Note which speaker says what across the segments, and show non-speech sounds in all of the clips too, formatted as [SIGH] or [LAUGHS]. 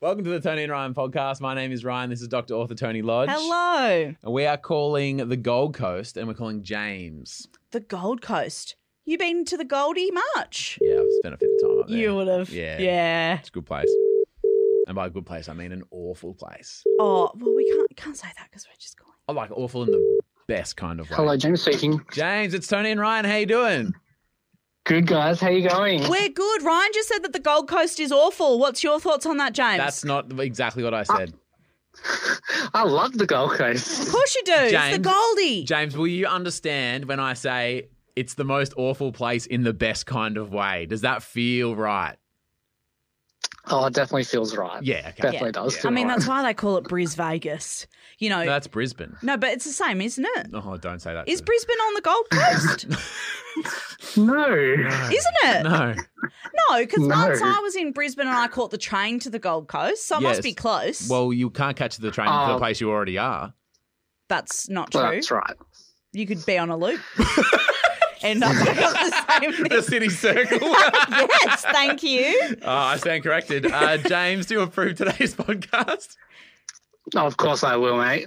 Speaker 1: Welcome to the Tony and Ryan podcast. My name is Ryan. This is Dr. Author Tony Lodge.
Speaker 2: Hello.
Speaker 1: And we are calling the Gold Coast and we're calling James.
Speaker 2: The Gold Coast. You been to the Goldie much?
Speaker 1: Yeah, I've spent a bit of time up there.
Speaker 2: You would have.
Speaker 1: Yeah.
Speaker 2: Yeah.
Speaker 1: It's a good place. And by a good place, I mean an awful place.
Speaker 2: Oh, well, we can't can't say that because we're just calling.
Speaker 1: I like awful in the best kind of way.
Speaker 3: Hello, James speaking.
Speaker 1: James, it's Tony and Ryan. How you doing?
Speaker 3: Good guys, how you going?
Speaker 2: We're good. Ryan just said that the Gold Coast is awful. What's your thoughts on that, James?
Speaker 1: That's not exactly what I said.
Speaker 3: I love the Gold
Speaker 2: of
Speaker 3: Coast.
Speaker 2: course you do. it's
Speaker 1: James-
Speaker 2: the Goldie.
Speaker 1: James, will you understand when I say it's the most awful place in the best kind of way? Does that feel right?
Speaker 3: Oh, it definitely feels right.
Speaker 1: Yeah, okay.
Speaker 3: definitely does.
Speaker 2: I
Speaker 3: feel
Speaker 2: mean,
Speaker 3: right.
Speaker 2: that's why they call it Bris Vegas. You know.
Speaker 1: No, that's Brisbane.
Speaker 2: no, but it's the same, isn't it?
Speaker 1: Oh, don't say that.
Speaker 2: Is
Speaker 1: to-
Speaker 2: Brisbane on the Gold Coast?
Speaker 1: [LAUGHS]
Speaker 3: no.
Speaker 2: isn't it?
Speaker 1: No.
Speaker 2: No, because
Speaker 3: No.
Speaker 2: once I was in Brisbane and I caught the train to the Gold Coast, so it
Speaker 1: Yes.
Speaker 2: must be close.
Speaker 1: Well, you can't catch the train to the
Speaker 3: Oh.
Speaker 1: place you already are.
Speaker 2: that's not true.
Speaker 3: Well, that's right.
Speaker 2: You could be on a loop. and not back on [LAUGHS] the same
Speaker 1: The
Speaker 2: thing.
Speaker 1: city [LAUGHS] circle.
Speaker 2: Yes, thank you.
Speaker 1: Oh, I stand corrected. Uh, James, do you approve today's [LAUGHS] podcast?
Speaker 3: Oh, of course I will, mate.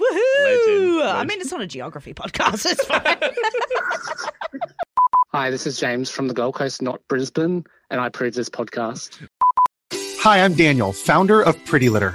Speaker 1: Legend,
Speaker 2: I
Speaker 1: legend.
Speaker 2: mean, it's not a geography podcast. It's fine.
Speaker 3: Hi, this is James from the Gold Coast, not Brisbane, and I approve this podcast.
Speaker 4: Hi, I'm Daniel, founder of Pretty Litter.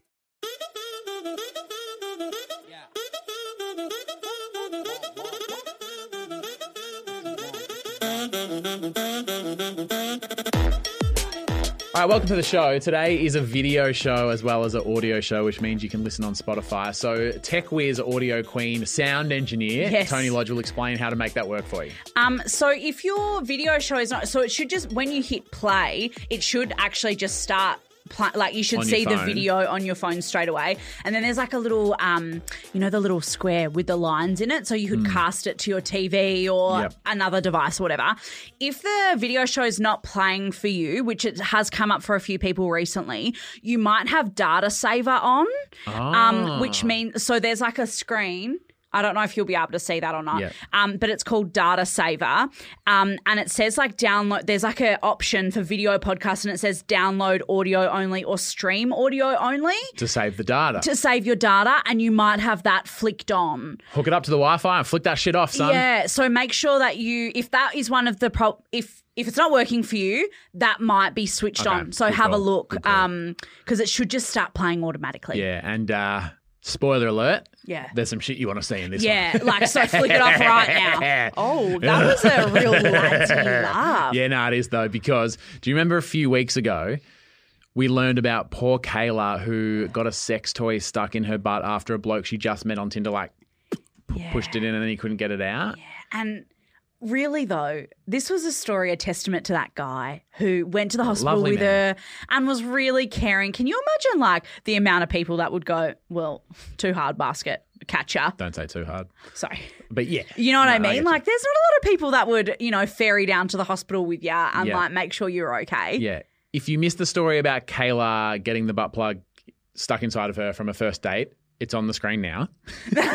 Speaker 1: All right, welcome to the show. Today is a video show as well as an audio show, which means you can listen on Spotify. So, Tech Whiz Audio Queen, sound engineer
Speaker 2: Yes.
Speaker 1: Tony Lodge will explain how to make that work for you.
Speaker 2: um, so if your video show is not, so it should just when you hit play, it should actually just start. Pl- like you should
Speaker 1: On your
Speaker 2: see the
Speaker 1: phone.
Speaker 2: video on your phone straight away, and then there's like a little, um, you know, the little square with the lines in it, so you could cast it to your TV or
Speaker 1: Hmm. Yep.
Speaker 2: another device or whatever. If the video show is not playing for you, which it has come up for a few people recently, you might have data saver on, um,
Speaker 1: Ah.
Speaker 2: which means so there's like a screen. I don't know if you'll be able to see that or not,
Speaker 1: Yeah.
Speaker 2: um, but it's called Data Saver, um, and it says like download. There's like a option for video podcast, and it says download audio only or stream audio only
Speaker 1: To save the data,
Speaker 2: to save your data, and you might have that flicked on.
Speaker 1: hook it up to the Wi Fi and flick that shit off, son.
Speaker 2: Yeah, so make sure that you if that is one of the pro if if it's not working for you, that might be switched
Speaker 1: Okay,
Speaker 2: on. So
Speaker 1: good
Speaker 2: have a
Speaker 1: call,
Speaker 2: look
Speaker 1: good call.
Speaker 2: um because it should just start playing automatically.
Speaker 1: Yeah, and uh, spoiler alert,
Speaker 2: Yeah.
Speaker 1: there's some shit you want to see in this
Speaker 2: Yeah,
Speaker 1: one.
Speaker 2: like so flick it off right
Speaker 1: [LAUGHS]
Speaker 2: now. Oh, that was a real lazy laugh.
Speaker 1: Yeah, no, it is though, because do you remember a few weeks ago we learned about poor Kayla who got a sex toy stuck in her butt after a bloke she just met on Tinder like p- pushed it in and then he couldn't get it out?
Speaker 2: And really though, this was a story a testament to that guy who went to the hospital
Speaker 1: lovely
Speaker 2: with
Speaker 1: man.
Speaker 2: her and was really caring. Can you imagine like the amount of people that would go, Well, too hard basket, catcher.
Speaker 1: Don't say too hard.
Speaker 2: Sorry.
Speaker 1: But yeah.
Speaker 2: You know what I
Speaker 1: No, I
Speaker 2: mean?
Speaker 1: get you.
Speaker 2: like, there's not a lot of people that would, you know, ferry down to the hospital with you and
Speaker 1: Yeah.
Speaker 2: like make sure you're okay.
Speaker 1: Yeah. If you missed the story about Kayla getting the butt plug stuck inside of her from a first date, it's on the screen
Speaker 2: [LAUGHS]
Speaker 1: now.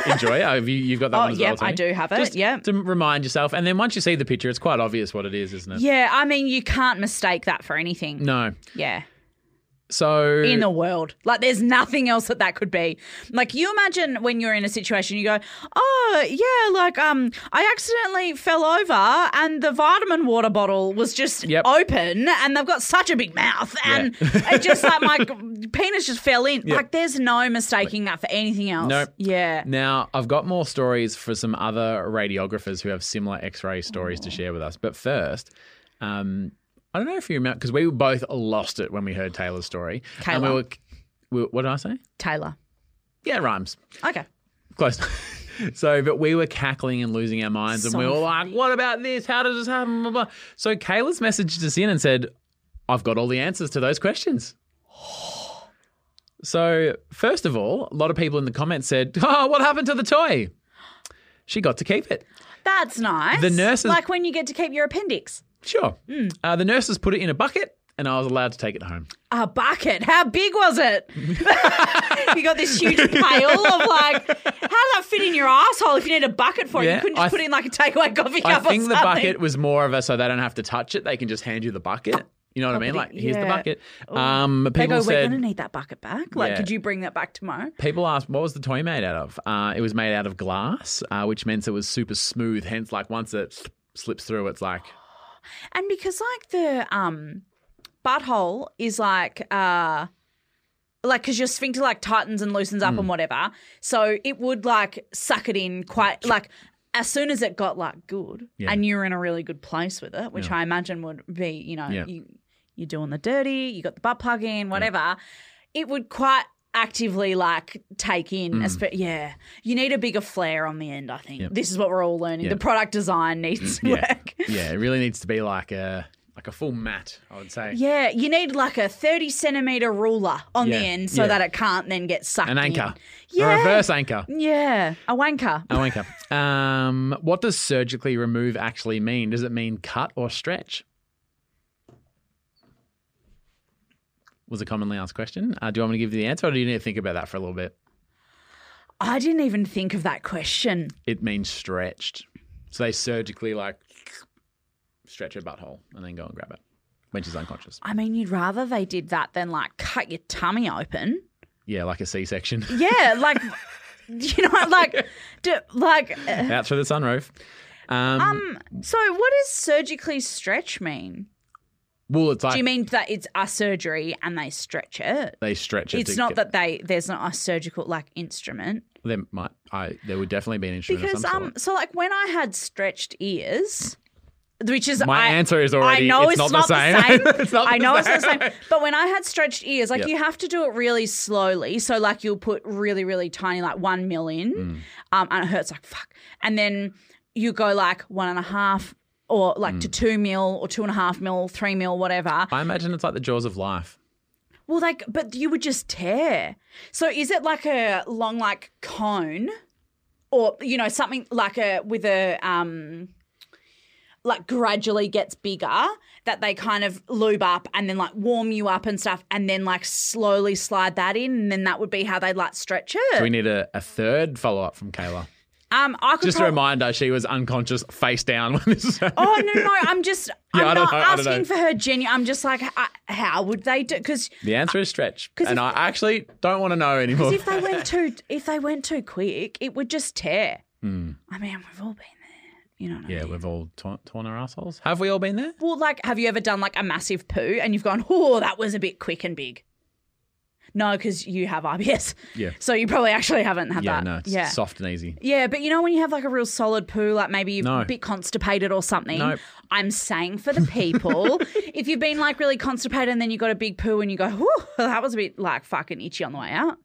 Speaker 1: Enjoy. it. Have you, you've got that
Speaker 2: Oh,
Speaker 1: one as well,
Speaker 2: yep, I
Speaker 1: Tony?
Speaker 2: do have it.
Speaker 1: Just
Speaker 2: Yep.
Speaker 1: to remind yourself. And then once you see the picture, it's quite obvious what it is, isn't it?
Speaker 2: Yeah, I mean, you can't mistake that for anything.
Speaker 1: No.
Speaker 2: Yeah.
Speaker 1: So
Speaker 2: In the world. Like, there's nothing else that that could be. Like, you imagine when you're in a situation, you go, oh, yeah, like, um, I accidentally fell over and the vitamin water bottle was just
Speaker 1: Yep.
Speaker 2: open and they've got such a big mouth and
Speaker 1: [LAUGHS]
Speaker 2: it just, like, my penis just fell in. Like, there's no mistaking that for anything else.
Speaker 1: Nope.
Speaker 2: Yeah.
Speaker 1: [LAUGHS] now I've got more stories for some other radiographers who have similar X-ray stories to share with us. But first, um, I don't know if you remember because we both lost it when we heard Taylor's story. And we
Speaker 2: Kayla.
Speaker 1: were, we, what did I say?
Speaker 2: Taylor.
Speaker 1: Yeah, it rhymes.
Speaker 2: Okay.
Speaker 1: Close. [LAUGHS] so, but we were cackling and losing our minds, and
Speaker 2: So
Speaker 1: we were like, "What about this? How does this happen?" Blah, blah. So Kayla's messaged us in and said, "I've got all the answers to those questions." [GASPS] So, first of all, a lot of people in the comments said, [LAUGHS] Oh, what happened to the toy? She got to keep it.
Speaker 2: That's nice.
Speaker 1: The nurses-
Speaker 2: like when you get to keep your appendix.
Speaker 1: Sure.
Speaker 2: Hmm.
Speaker 1: Uh, the nurses put it in a bucket and I was allowed to take it home.
Speaker 2: A bucket. How big was it? [LAUGHS] you got this huge pail of like, how did that fit in your asshole? If you need a bucket for it,
Speaker 1: Yeah,
Speaker 2: you couldn't
Speaker 1: I
Speaker 2: just put
Speaker 1: th-
Speaker 2: it in like a takeaway coffee
Speaker 1: I
Speaker 2: cup. or
Speaker 1: think the
Speaker 2: something.
Speaker 1: bucket was more of a so they don't have to touch it. They can just hand you the bucket. You know what I mean?
Speaker 2: but
Speaker 1: Like,
Speaker 2: it-
Speaker 1: here's the
Speaker 2: yeah. Oh.
Speaker 1: bucket. Um, but
Speaker 2: They go,
Speaker 1: people
Speaker 2: we're going to
Speaker 1: said,
Speaker 2: need that bucket back. Like,
Speaker 1: Yeah.
Speaker 2: could you bring that back tomorrow?
Speaker 1: people asked, what was the toy made out of? Uh, it was made out of glass, uh, which meant it was super smooth. Hence, like, once it s- slips through, it's
Speaker 2: [LAUGHS]
Speaker 1: like,
Speaker 2: And because like the um butthole is like uh like because your sphincter like tightens and loosens up
Speaker 1: Hmm.
Speaker 2: and whatever, so it would like suck it in quite like as soon as it got like good
Speaker 1: Yeah.
Speaker 2: and you were in a really good place with it, which I imagine would be you know
Speaker 1: Yeah.
Speaker 2: you you're doing the dirty, you got the butt plug in, whatever, it would quite actively like take in
Speaker 1: Hmm.
Speaker 2: espe- yeah you need a bigger flare on the end i think this is what we're all learning
Speaker 1: Yeah. Mm.
Speaker 2: the product design needs to
Speaker 1: yeah,
Speaker 2: work
Speaker 1: yeah, it really needs to be like a like a full mat, I would say.
Speaker 2: Yeah, you need like a 30 centimeter ruler on
Speaker 1: Yeah,
Speaker 2: the end so
Speaker 1: yeah.
Speaker 2: that it can't then get sucked
Speaker 1: An anchor,
Speaker 2: in. Yeah.
Speaker 1: a reverse anchor.
Speaker 2: Yeah, a wanker.
Speaker 1: A wanker. Um, what does surgically remove actually mean? Does it mean cut or stretch? Was a commonly asked question. Uh, do you want me to give you the answer, or do you need to think about that for a little bit?
Speaker 2: I didn't even think of that question.
Speaker 1: It means stretched. So they surgically like stretch her butthole and then go and grab it when she's unconscious.
Speaker 2: I mean, you'd rather they did that than like cut your tummy open.
Speaker 1: Yeah, like a
Speaker 2: [LAUGHS]
Speaker 1: C-section. [LAUGHS]
Speaker 2: Yeah, like you know, like do, like uh,
Speaker 1: Out through the sunroof. Um,
Speaker 2: um so what does surgically stretch mean?
Speaker 1: well, it's like
Speaker 2: Do you mean that it's a surgery and they stretch it?
Speaker 1: they stretch it.
Speaker 2: It's
Speaker 1: to
Speaker 2: not
Speaker 1: get-
Speaker 2: that they there's not a surgical like instrument.
Speaker 1: There might, I there would definitely be an instrument
Speaker 2: because
Speaker 1: of some
Speaker 2: um
Speaker 1: sort.
Speaker 2: so like when i had stretched ears which is
Speaker 1: My
Speaker 2: I,
Speaker 1: answer is already.
Speaker 2: I know it's,
Speaker 1: not, the same. [LAUGHS] it's not
Speaker 2: I
Speaker 1: the
Speaker 2: know
Speaker 1: same.
Speaker 2: it's not the same. But when I had stretched ears, like
Speaker 1: Yep.
Speaker 2: you have to do it really slowly. So like you'll put really, really tiny, like one mil in,
Speaker 1: Mm.
Speaker 2: um, and it hurts like fuck. And then you go like one and a half, or like
Speaker 1: Mm.
Speaker 2: to two mil, or two and a half mil, three mil, whatever.
Speaker 1: I imagine it's like the jaws of life.
Speaker 2: Well, like, but you would just tear. So is it like a long, like cone, or you know something like a with a um, like gradually gets bigger that they kind of lube up and then like warm you up and stuff, and then like slowly slide that in, and then that would be how they like stretch it.
Speaker 1: Do we need a, a third follow up from Kayla?
Speaker 2: um, I could
Speaker 1: Just a
Speaker 2: prob-
Speaker 1: reminder, she was unconscious, face down when this was happening. [LAUGHS]
Speaker 2: Oh no, no, no, I'm just
Speaker 1: Yeah, I
Speaker 2: I'm
Speaker 1: don't
Speaker 2: not
Speaker 1: know, I don't know.
Speaker 2: asking for her genuine. I'm just like, I, how would they do? Because
Speaker 1: The answer is stretch,
Speaker 2: [LAUGHS] 'Cause
Speaker 1: and
Speaker 2: if-
Speaker 1: I actually don't want to know anymore.
Speaker 2: if
Speaker 1: [LAUGHS]
Speaker 2: they went too if they went too quick, it would just tear. I mean, we've all been there. You know what I
Speaker 1: Hmm. yeah,
Speaker 2: mean?
Speaker 1: we've all torn, torn our assholes. Have we all been there?
Speaker 2: Well, like, have you ever done like a massive poo and you've gone, oh, that was a bit quick and big? No, because you have IBS.
Speaker 1: Yeah.
Speaker 2: So you probably actually haven't had
Speaker 1: yeah,
Speaker 2: that.
Speaker 1: no, it's
Speaker 2: yeah.
Speaker 1: soft and easy.
Speaker 2: Yeah, but you know when you have like a real solid poo, like maybe you're
Speaker 1: No.
Speaker 2: a bit constipated or something.
Speaker 1: Nope.
Speaker 2: I'm saying for the
Speaker 1: [LAUGHS]
Speaker 2: people, if you've been like really constipated and then you got a big poo and you go, whew, that was a bit like fucking itchy on the way out.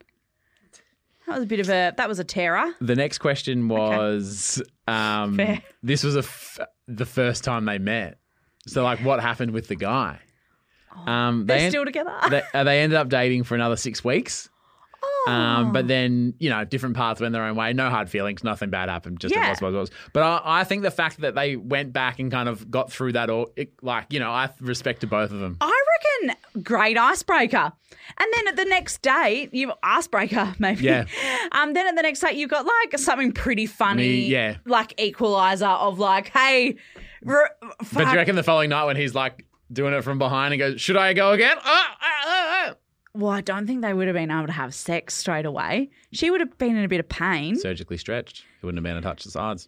Speaker 2: That was a bit of a that was a terror.
Speaker 1: The next question was um,
Speaker 2: Fair.
Speaker 1: this was a f- the first time they met. So, like, what happened with the guy? Um,
Speaker 2: Oh, They're
Speaker 1: en-
Speaker 2: still together.
Speaker 1: they, uh, they ended up dating for another six weeks.
Speaker 2: Oh.
Speaker 1: Um, but then, you know, different paths went their own way. No hard feelings. Nothing bad happened. Just
Speaker 2: Yeah.
Speaker 1: it was, was, was. But I, I think the fact that they went back and kind of got through that, all, it, like, you know, I respect to both of them.
Speaker 2: I reckon great icebreaker. And then at the next date, you've icebreaker maybe.
Speaker 1: Yeah.
Speaker 2: [LAUGHS] Um. Then at the next date, you've got like something pretty funny.
Speaker 1: Me- yeah.
Speaker 2: Like equalizer of like, hey, re-
Speaker 1: But do
Speaker 2: fuck.
Speaker 1: you reckon the following night when he's like doing it from behind and goes, "Should I go again?" Ah, ah, ah, ah.
Speaker 2: well, I don't think they would have been able to have sex straight away. She would have been in a bit of pain.
Speaker 1: Surgically stretched. He wouldn't have been able to touch the sides.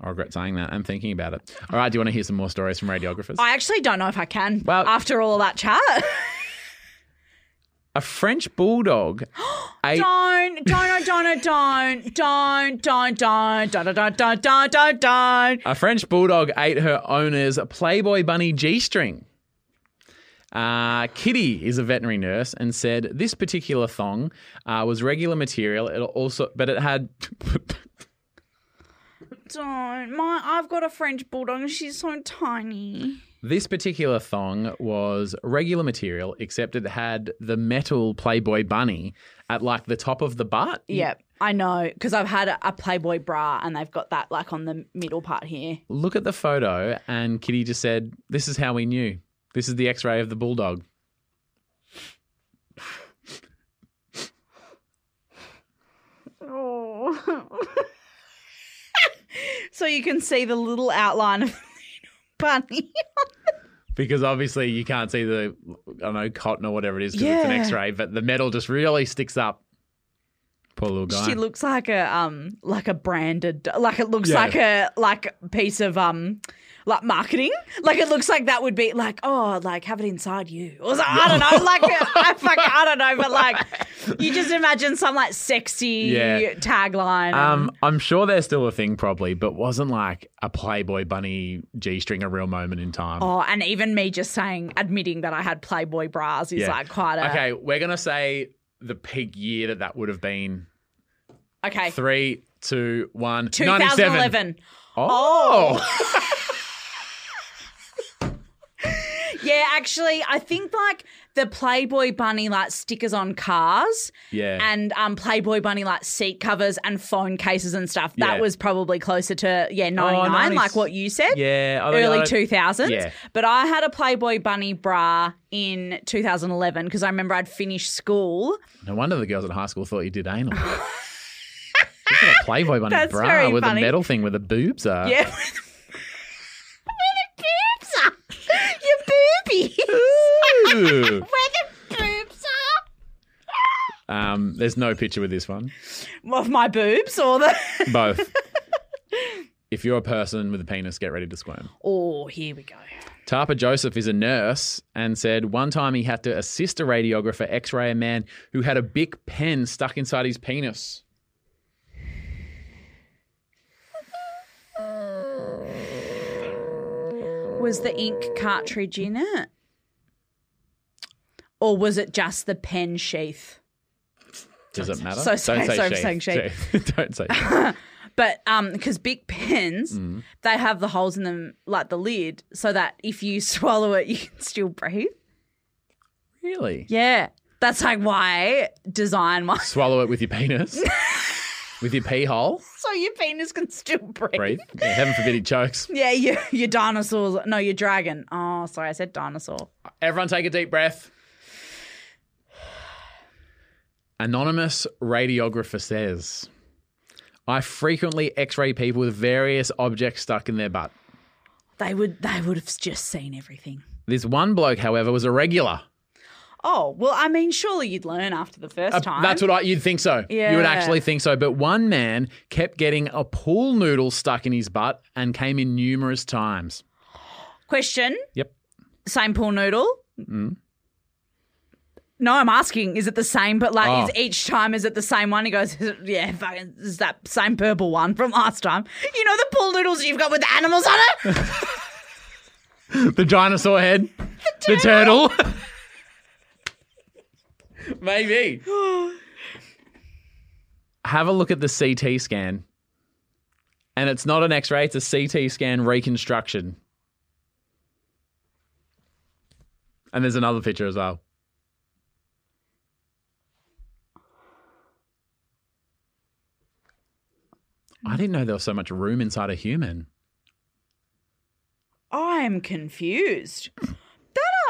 Speaker 1: I regret saying that. I'm thinking about it. All right. Do you want to hear some more stories from radiographers?
Speaker 2: I actually don't know if I can.
Speaker 1: Well-
Speaker 2: after all
Speaker 1: [LAUGHS]
Speaker 2: that chat,
Speaker 1: A French bulldog. ate-
Speaker 2: don't, don't, don't, don't, don't, don't, don't, don't, don't, don't, don't, don't, don't.
Speaker 1: A French bulldog ate her owner's Playboy bunny G string. Uh, Kitty is a veterinary nurse and said this particular thong uh, was regular material. It also, but it had. [LAUGHS]
Speaker 2: Don't. My, I've got a French bulldog. and She's so tiny.
Speaker 1: This particular thong was regular material, except it had the metal Playboy bunny at like the top of the butt.
Speaker 2: Yeah, I know because I've had a Playboy bra and they've got that like on the middle part here.
Speaker 1: Look at the photo, and Kitty just said, This is how we knew. This is the x ray of the bulldog.
Speaker 2: [LAUGHS] so you can see the little outline of the bunny.
Speaker 1: Because obviously you can't see the, I don't know, cotton or whatever it is because it's an
Speaker 2: Yeah.
Speaker 1: x ray, but the metal just really sticks up. Poor little guy.
Speaker 2: She looks like a um like a branded like it looks
Speaker 1: Yeah.
Speaker 2: like a like a piece of um like marketing. Like it looks like that would be like oh like have it inside you. Or so- I don't know.
Speaker 1: [LAUGHS]
Speaker 2: Like I fucking I don't know. But like you just imagine some like sexy
Speaker 1: Yeah.
Speaker 2: tagline.
Speaker 1: um, I'm sure they're still a thing, probably, but wasn't like a Playboy bunny G string a real moment in time?
Speaker 2: oh, and even me just saying admitting that I had Playboy bras is
Speaker 1: Yeah.
Speaker 2: like quite a
Speaker 1: Okay, we're gonna say the peak year that that would have been.
Speaker 2: okay.
Speaker 1: Three, two, one. 97.
Speaker 2: 2011.
Speaker 1: Oh,
Speaker 2: Yeah, actually, I think like the Playboy bunny like stickers on cars.
Speaker 1: yeah.
Speaker 2: and um, Playboy Bunny like seat covers and phone cases and stuff. That
Speaker 1: Yeah.
Speaker 2: was probably closer to yeah ninety nine,
Speaker 1: 90s.
Speaker 2: like what you said.
Speaker 1: yeah, I don't- I
Speaker 2: Early
Speaker 1: don't-
Speaker 2: two thousands,
Speaker 1: Yeah.
Speaker 2: but I had a Playboy Bunny bra in two thousand eleven because I remember I'd
Speaker 1: [LAUGHS]
Speaker 2: finished school.
Speaker 1: No wonder the girls at high school thought you did
Speaker 2: [LAUGHS]
Speaker 1: anal. you got a Playboy bunny
Speaker 2: That's
Speaker 1: bra
Speaker 2: very
Speaker 1: with
Speaker 2: funny.
Speaker 1: a metal thing where the boobs are.
Speaker 2: Yeah, where the boobs are, your boobies, [LAUGHS] where
Speaker 1: Ooh.
Speaker 2: the boobs are
Speaker 1: um, there's no picture with this one.
Speaker 2: of my boobs or the. [LAUGHS]
Speaker 1: Both. if you're a person with a penis, get ready to squirm.
Speaker 2: Oh, here we go.
Speaker 1: Tarpa Joseph is a nurse and said one time he had to assist a radiographer x ray a man who had a big pen stuck inside his penis.
Speaker 2: Was the ink cartridge in it? Or was it just the pen sheath?
Speaker 1: Does it matter?
Speaker 2: so sorry,
Speaker 1: Don't say
Speaker 2: sorry for
Speaker 1: sheath.
Speaker 2: saying sheath.
Speaker 1: Sheath. [LAUGHS] Don't say sheath.
Speaker 2: But um because big pens,
Speaker 1: Mm.
Speaker 2: they have the holes in them like the lid, so that if you [LAUGHS] swallow it you can still breathe.
Speaker 1: Really?
Speaker 2: Yeah. That's like why design was
Speaker 1: Swallow it with your [LAUGHS] penis? with your pee hole?
Speaker 2: [LAUGHS] so your penis can still breathe.
Speaker 1: Breathe. Yeah, heaven forbid he chokes.
Speaker 2: Yeah, your your dinosaurs no, your dragon. Oh, sorry, I said dinosaur.
Speaker 1: Everyone take a deep breath. Anonymous radiographer says, I frequently x ray people with various objects stuck in their butt.
Speaker 2: They would they would have just seen everything.
Speaker 1: This one bloke, however, was a regular.
Speaker 2: Oh, well, I mean, surely you'd learn after the first
Speaker 1: Uh,
Speaker 2: time.
Speaker 1: That's what I, you'd think so. You would
Speaker 2: Yeah.
Speaker 1: actually think so. But one man kept getting a pool noodle stuck in his butt and came in numerous times.
Speaker 2: Question.
Speaker 1: Yep.
Speaker 2: Same pool noodle.
Speaker 1: Mm.
Speaker 2: No, I'm asking. Is it the same? But like,
Speaker 1: Oh.
Speaker 2: is each time is it the same one? He goes, [LAUGHS] yeah, fucking, is that same purple one from last time? You know the pool noodles you've got with the animals on it.
Speaker 1: [LAUGHS] The dinosaur head, the turtle. [LAUGHS] Maybe. Have a look at the CT scan. And it's not an x ray, it's a CT scan reconstruction. And there's another picture as well. I didn't know there was so much room inside a human.
Speaker 2: I'm confused. That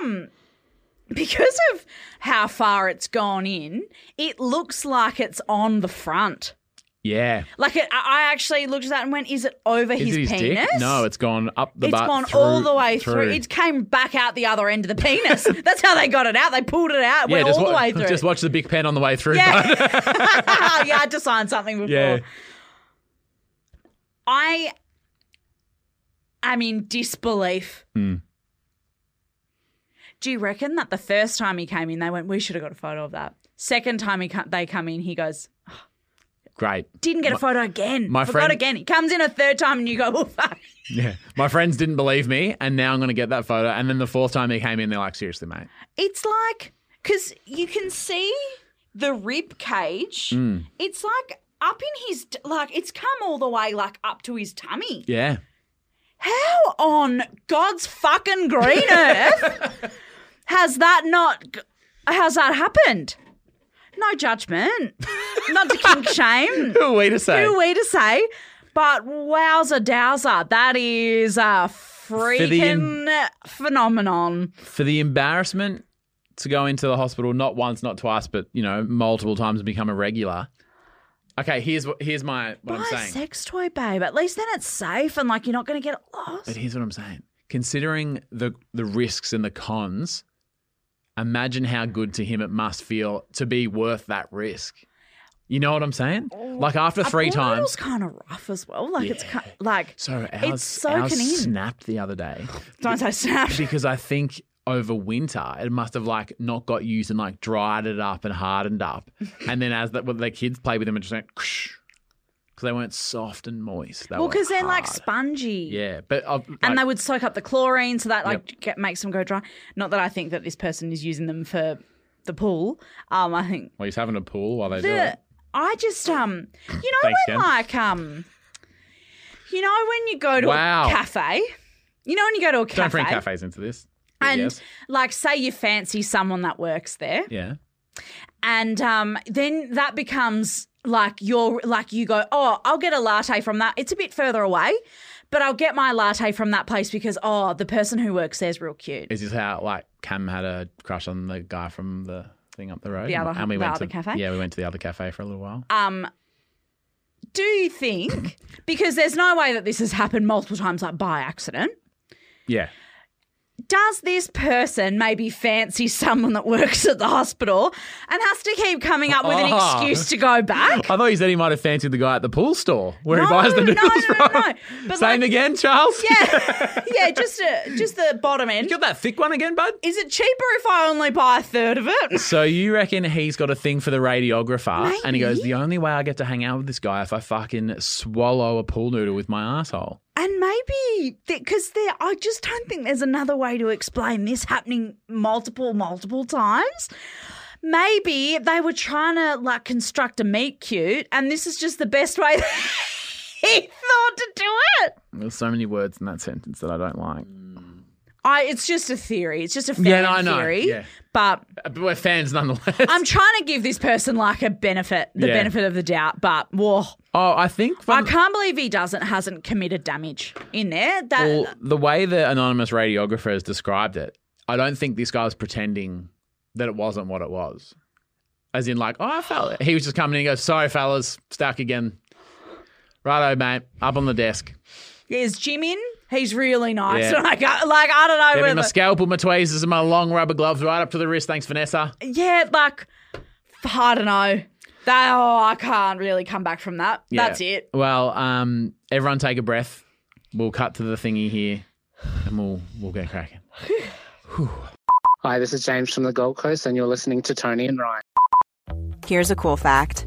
Speaker 2: um, because of how far it's gone in, it looks like it's on the front.
Speaker 1: Yeah.
Speaker 2: Like it, I I actually looked at that and went, "Is it over
Speaker 1: Is
Speaker 2: his,
Speaker 1: it his
Speaker 2: penis?"
Speaker 1: dick? No, it's gone up the
Speaker 2: It's
Speaker 1: butt.
Speaker 2: gone
Speaker 1: through-
Speaker 2: all the way through. It came back out the other end of the penis. [LAUGHS] That's how they got it out. They pulled it out. It went
Speaker 1: just
Speaker 2: all the
Speaker 1: wa-
Speaker 2: way
Speaker 1: [LAUGHS]
Speaker 2: through.
Speaker 1: Just watch the big pen on the way through. [LAUGHS] bud.
Speaker 2: yeah. [LAUGHS] yeah, I designed something before.
Speaker 1: yeah.
Speaker 2: I am in disbelief.
Speaker 1: Hmm.
Speaker 2: Do you reckon that the first time he came in, they went, "We should have got a photo of that." Second time he co- they come in, he goes,
Speaker 1: Great.
Speaker 2: "Didn't get a photo again.
Speaker 1: my
Speaker 2: Forgot
Speaker 1: friend-
Speaker 2: again." He comes in a third time, and you go, "Oh fuck."
Speaker 1: Yeah. My friends didn't believe me, and now I'm going to get that photo. And then the fourth time he came in, they're like, seriously, mate.
Speaker 2: It's like because you can see the rib cage. It's like up in his like it's come all the way like up to his tummy.
Speaker 1: Yeah.
Speaker 2: How on God's fucking green earth has that not? Has that happened? No judgment, not to kink shame.
Speaker 1: Who are we to say?
Speaker 2: Who are we to say? But wowza dowser, that is a freaking phenomenon.
Speaker 1: For the embarrassment to go into the hospital not once, not twice, but you know, multiple times and become a regular. Okay, here's what here's my what
Speaker 2: Buy
Speaker 1: I'm
Speaker 2: a
Speaker 1: saying.
Speaker 2: sex toy, babe. At least then it's safe and like you're not going to get lost.
Speaker 1: But here's what I'm saying. Considering the the risks and the cons, imagine how good to him it must feel to be worth that risk. You know what I'm saying?
Speaker 2: Oh,
Speaker 1: Like after three times.
Speaker 2: kind of rough as well. Like it's kind like
Speaker 1: So ours,
Speaker 2: It's soaking
Speaker 1: ours
Speaker 2: in.
Speaker 1: snapped the other day
Speaker 2: don't
Speaker 1: [LAUGHS]
Speaker 2: say snap.
Speaker 1: because I think over winter it must have like not got used and like dried it up and hardened
Speaker 2: [LAUGHS]
Speaker 1: up, and then as that when the kids play with them, it just went because they weren't soft and moist. They
Speaker 2: Well,
Speaker 1: were,
Speaker 2: because they're like
Speaker 1: hard.
Speaker 2: spongy.
Speaker 1: yeah, but I've,
Speaker 2: And
Speaker 1: like-
Speaker 2: they would soak up the chlorine, so that like get, makes them go dry. Not that I think that this person is using them for the pool. Um, I think
Speaker 1: well, he's having a pool while they do
Speaker 2: the
Speaker 1: it.
Speaker 2: I just um, you know
Speaker 1: Thanks,
Speaker 2: when
Speaker 1: Jen.
Speaker 2: like um, you know when you go to
Speaker 1: Wow.
Speaker 2: a cafe, you know when you go to a cafe,
Speaker 1: Don't bring cafes into this. But
Speaker 2: and
Speaker 1: yes.
Speaker 2: like say you fancy someone that works there,
Speaker 1: yeah,
Speaker 2: and um, then that becomes like your like you go oh i'll get a latte from that it's a bit further away but i'll get my latte from that place because oh the person who works there's real cute
Speaker 1: is this how like Cam had a crush on the guy from the thing up the road?
Speaker 2: The other-
Speaker 1: and we
Speaker 2: the
Speaker 1: went
Speaker 2: other
Speaker 1: to
Speaker 2: cafe?
Speaker 1: Yeah, we went to the other cafe for a little while.
Speaker 2: um do you
Speaker 1: [LAUGHS]
Speaker 2: think because there's no way that this has happened multiple times like by accident
Speaker 1: yeah,
Speaker 2: does this person maybe fancy someone that works at the hospital and has to keep coming up with an
Speaker 1: Oh.
Speaker 2: excuse to go back
Speaker 1: I thought you said he might have fancied the guy at the pool store where he
Speaker 2: No,
Speaker 1: buys the
Speaker 2: no,
Speaker 1: noodles
Speaker 2: no, no,
Speaker 1: from.
Speaker 2: no.
Speaker 1: [LAUGHS]
Speaker 2: But
Speaker 1: Same
Speaker 2: like-
Speaker 1: again, Charles.
Speaker 2: yeah yeah just uh, just the bottom
Speaker 1: [LAUGHS]
Speaker 2: end
Speaker 1: You got that thick one again, bud?
Speaker 2: Is it cheaper if I only buy a third of it?
Speaker 1: So you reckon he's got a thing for the radiographer, and he goes,
Speaker 2: Maybe.
Speaker 1: "The only way I get to hang out with this guy if I fucking swallow a pool noodle with my asshole."
Speaker 2: [LAUGHS] And maybe because there, I just don't think there's another way to explain this happening multiple, multiple times. Maybe they were trying to like construct a meet cute, and this is just the best way [LAUGHS] he thought to do it.
Speaker 1: There's so many words in that sentence that I don't like.
Speaker 2: Mm. I, it's just a theory. It's just a fan
Speaker 1: Yeah, no, I know.
Speaker 2: theory.
Speaker 1: Yeah.
Speaker 2: But
Speaker 1: But we're fans nonetheless.
Speaker 2: I'm trying to give this person like a benefit, the
Speaker 1: Yeah.
Speaker 2: benefit of the doubt. But whoa,
Speaker 1: oh, I think
Speaker 2: I
Speaker 1: from
Speaker 2: can't believe he doesn't hasn't committed damage in there. That
Speaker 1: well, the way the anonymous radiographer has described it, I don't think this guy was pretending that it wasn't what it was. As in, like, oh, I felt it. He was just coming in and goes, sorry, fellas, stuck again. Righto, mate, up on the desk.
Speaker 2: There's Jim in. He's really nice.
Speaker 1: Yeah.
Speaker 2: [LAUGHS] Like, I, like I don't know
Speaker 1: Gave me
Speaker 2: whether.
Speaker 1: my scalpel, my tweezers, and my long rubber gloves right up to the wrist. Thanks, Vanessa.
Speaker 2: yeah, like I don't know. That oh, I can't really come back from that.
Speaker 1: Yeah.
Speaker 2: That's it.
Speaker 1: Well, um, everyone take a breath. We'll cut to the thingy here and we'll, we'll get cracking.
Speaker 3: Hi, this is James from the Gold Coast, and you're listening to Tony and Ryan.
Speaker 5: Here's a cool fact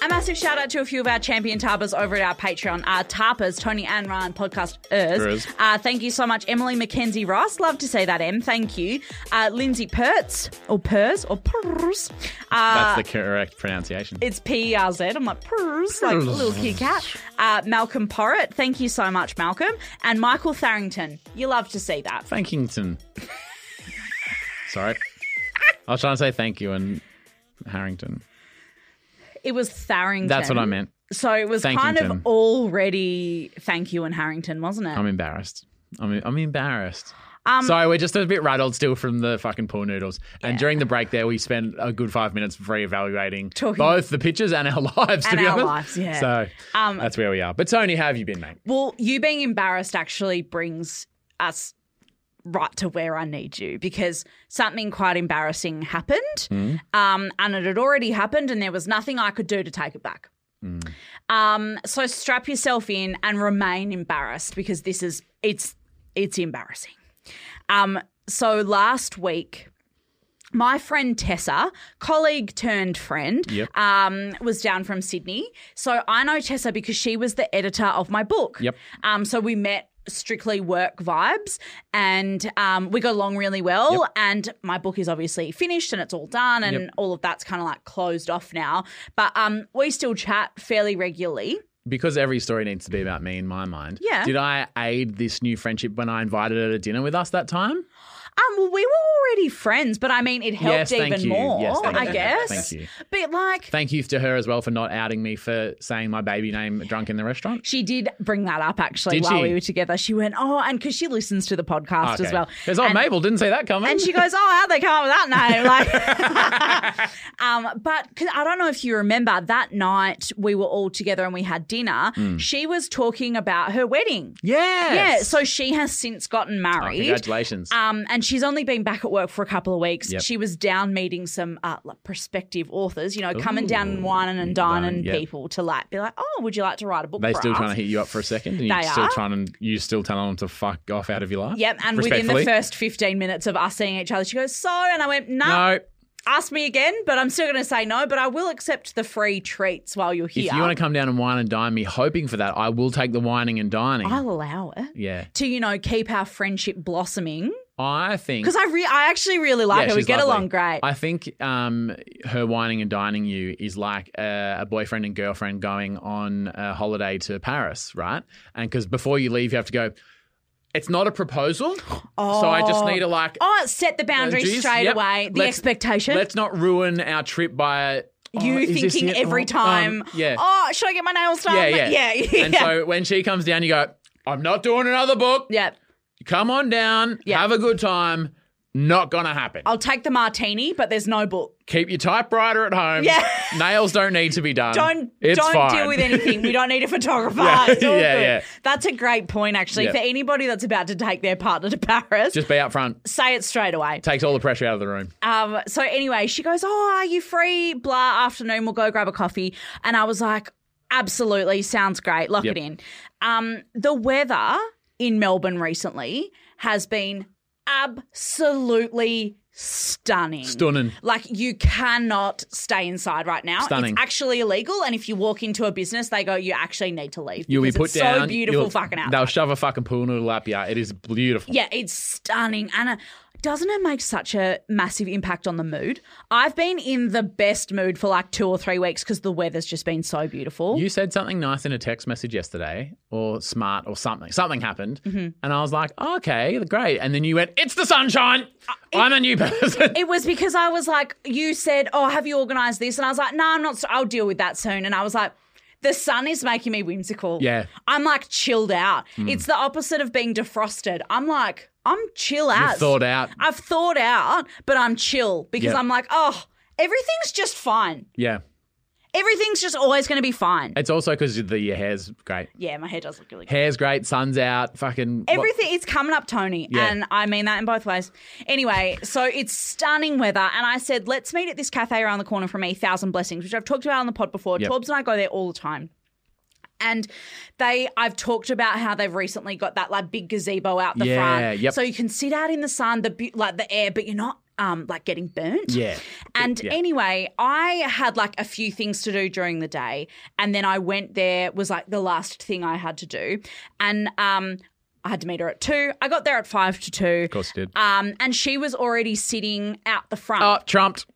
Speaker 2: A massive shout out to a few of our champion tarpers over at our Patreon, our tarpers, Tony and Ryan podcast ers.
Speaker 1: Ers.
Speaker 2: Uh, thank you so much, Emily Mackenzie Ross. Love to say that, Em. Thank you. Uh, Lindsay Pertz, or Pers, or Pers. Uh,
Speaker 1: That's the correct pronunciation.
Speaker 2: It's P E R Z. I'm like, "Prrrs," like a little kitty cat. Uh, Malcolm Porritt, thank you so much, Malcolm. And Michael Tharrington, you love to see that.
Speaker 1: Thankington. Sorry. I was trying to say thank you and Harrington.
Speaker 2: It was Tharrington.
Speaker 1: That's what I meant.
Speaker 2: So it was kind
Speaker 1: Thankington.
Speaker 2: of already thank you and Harrington, wasn't it?
Speaker 1: I'm embarrassed. I'm, I'm embarrassed.
Speaker 2: Um,
Speaker 1: Sorry, we're just a bit rattled still from the fucking pool noodles. And during the break there, we spent a good five minutes reevaluating
Speaker 2: Talking-
Speaker 1: both the pictures and our [LAUGHS] lives, to
Speaker 2: And
Speaker 1: be
Speaker 2: our
Speaker 1: honest.
Speaker 2: lives, yeah. Um,
Speaker 1: So that's where we are. But Tony, how have you been, mate?
Speaker 2: well, you being embarrassed actually brings us right to where I need you because something quite embarrassing happened. Um, and it had already happened, and there was nothing I could do to take it back. Um, so strap yourself in and remain embarrassed because this is it's it's embarrassing. Um, so last week, my friend Tessa, colleague turned friend,
Speaker 1: Yep.
Speaker 2: um, was down from Sydney. So I know Tessa because she was the editor of my book.
Speaker 1: Yep.
Speaker 2: Um, so we met strictly work vibes and um, we got along really well. And my book is obviously finished and it's all done and
Speaker 1: Yep.
Speaker 2: all of that's kind of like closed off now. But um, we still chat fairly regularly.
Speaker 1: because every story needs to be about me in my mind.
Speaker 2: Yeah.
Speaker 1: Did I aid this new friendship when I invited her to dinner with us that time?
Speaker 2: Um, well, we were already friends, but I mean, it
Speaker 1: yes,
Speaker 2: helped even
Speaker 1: thank you.
Speaker 2: more,
Speaker 1: Yes, thank
Speaker 2: I
Speaker 1: you.
Speaker 2: guess.
Speaker 1: Thank you.
Speaker 2: But like,
Speaker 1: Thank you to her as well for not outing me for saying my baby name drunk in the restaurant.
Speaker 2: She did bring that up actually
Speaker 1: Did
Speaker 2: while
Speaker 1: she?
Speaker 2: we were together. She went, Oh, and because she listens to the podcast as well.
Speaker 1: Because, oh,
Speaker 2: and,
Speaker 1: Mabel didn't see that coming.
Speaker 2: and she goes, Oh, how'd they come up with that name? Like, [LAUGHS] um, but 'cause I don't know if you remember that night we were all together and we had dinner. She was talking about her wedding.
Speaker 1: [LAUGHS] Hmm. yes.
Speaker 2: Yeah. So she has since gotten
Speaker 1: Oh,
Speaker 2: married.
Speaker 1: congratulations.
Speaker 2: Um, and she's only been back at work for a couple of weeks.
Speaker 1: Yep.
Speaker 2: She was down meeting some uh, like prospective authors, you know, coming down and
Speaker 1: Ooh.
Speaker 2: whining and dining
Speaker 1: Dining, yep.
Speaker 2: people to like be like, oh, would you like to write a book?
Speaker 1: they
Speaker 2: for
Speaker 1: still
Speaker 2: us?
Speaker 1: trying to hit you up for a second, and you're
Speaker 2: They
Speaker 1: still
Speaker 2: are.
Speaker 1: trying to you still telling them to fuck off out of your life.
Speaker 2: Yep, and within the
Speaker 1: Respectfully.
Speaker 2: first 15 minutes of us seeing each other, she goes, So, and I went, No,
Speaker 1: no,
Speaker 2: ask me again, but I'm still going to say no, but I will accept the free treats while you're
Speaker 1: if
Speaker 2: here.
Speaker 1: you want to come down and wine and dine me, hoping for that, I will take the whining and dining.
Speaker 2: I'll allow it
Speaker 1: yeah,
Speaker 2: to, you know, keep our friendship blossoming.
Speaker 1: I think
Speaker 2: Because I, re- I actually really like
Speaker 1: Yeah,
Speaker 2: her. We
Speaker 1: she's
Speaker 2: get
Speaker 1: lovely.
Speaker 2: along great.
Speaker 1: I think um, her whining and dining you is like a, a boyfriend and girlfriend going on a holiday to Paris, right? And because before you leave, you have to go. It's not a proposal, so I just need to like
Speaker 2: oh, set
Speaker 1: Uh,
Speaker 2: the boundaries
Speaker 1: Boundaries,
Speaker 2: straight
Speaker 1: yep.
Speaker 2: away. The
Speaker 1: Let's-
Speaker 2: expectation.
Speaker 1: let's not ruin our trip by oh,
Speaker 2: you
Speaker 1: is this
Speaker 2: thinking
Speaker 1: it?
Speaker 2: every
Speaker 1: Oh,
Speaker 2: time,
Speaker 1: um, yeah,
Speaker 2: oh, should I get my nails done?
Speaker 1: yeah, yeah,
Speaker 2: yeah. yeah. [LAUGHS]
Speaker 1: And so when she comes down, you go, "I'm not doing another book.
Speaker 2: Yep.
Speaker 1: Come on down,
Speaker 2: Yeah.
Speaker 1: have a good time. Not gonna happen.
Speaker 2: I'll take the martini, but there's no book.
Speaker 1: Keep your typewriter at home.
Speaker 2: Yeah.
Speaker 1: [LAUGHS] Nails don't need to be done.
Speaker 2: don't
Speaker 1: It's
Speaker 2: don't
Speaker 1: fine.
Speaker 2: deal with anything. We don't need a photographer.
Speaker 1: Yeah,
Speaker 2: It's all
Speaker 1: yeah,
Speaker 2: good.
Speaker 1: yeah.
Speaker 2: That's a great point, actually.
Speaker 1: Yeah.
Speaker 2: For anybody that's about to take their partner to
Speaker 1: [LAUGHS]
Speaker 2: Paris,
Speaker 1: Just be out front.
Speaker 2: say it straight away.
Speaker 1: Takes all the pressure out of the room.
Speaker 2: Um, so anyway, she goes, "Oh, are you free? Blah. Afternoon, we'll go grab a coffee." And I was like, "Absolutely, sounds great. Lock
Speaker 1: Yep.
Speaker 2: it in." Um, the weather in Melbourne recently has been absolutely stunning.
Speaker 1: Stunning.
Speaker 2: Like you cannot stay inside right now.
Speaker 1: Stunning.
Speaker 2: It's actually illegal, and if you walk into a business, they go, "You actually need to leave."
Speaker 1: You'll be put
Speaker 2: because it's
Speaker 1: down.
Speaker 2: So beautiful,
Speaker 1: You'll-
Speaker 2: fucking out.
Speaker 1: They'll shove a fucking pool noodle up you. It is beautiful.
Speaker 2: Yeah, it's stunning. And uh, doesn't it make such a massive impact on the mood? I've been in the best mood for like two or three weeks because the weather's just been so beautiful.
Speaker 1: You said something nice in a text message yesterday, or smart, or something. Something happened,
Speaker 2: Mm-hmm.
Speaker 1: and I was like, "Oh, "Okay, great." And then you went, "It's the sunshine.
Speaker 2: Uh,
Speaker 1: I'm a new person." [LAUGHS]
Speaker 2: it was because I was like, you said, oh, have you organised this? And I was like, no, I'm not. I'll deal with that soon. And I was like, the sun is making me whimsical.
Speaker 1: Yeah. Hmm.
Speaker 2: I'm like chilled out. It's the opposite of being defrosted. I'm like, I'm chill out.
Speaker 1: thought out.
Speaker 2: I've thought out, but I'm chill because
Speaker 1: Yep.
Speaker 2: I'm like, oh, everything's just fine.
Speaker 1: yeah,
Speaker 2: Everything's just always going to be fine.
Speaker 1: it's also because the your hair's great.
Speaker 2: Yeah, my hair does look really good.
Speaker 1: Hair's great. Sun's out. Fucking what-
Speaker 2: Everything it's coming up, Tony,
Speaker 1: Yeah.
Speaker 2: and I mean that in both ways. Anyway, so it's stunning weather, and I said, let's meet at this cafe around the corner from me, Thousand Blessings, which I've talked about on the pod before.
Speaker 1: Yep.
Speaker 2: Torbs and I go there all the time. And they, I've talked about how they've recently got that like big gazebo out the
Speaker 1: Yeah,
Speaker 2: front,
Speaker 1: yep.
Speaker 2: so you can sit out in the sun, the bu- like the air, but you're not um like getting burnt.
Speaker 1: Yeah.
Speaker 2: And
Speaker 1: Yeah.
Speaker 2: anyway, I had like a few things to do during the day, and then I went there was like the last thing I had to do, and um, I had to meet her at two. I got there at five to two. Of
Speaker 1: course you did.
Speaker 2: Um, and she was already sitting out the front.
Speaker 1: Oh, trumped.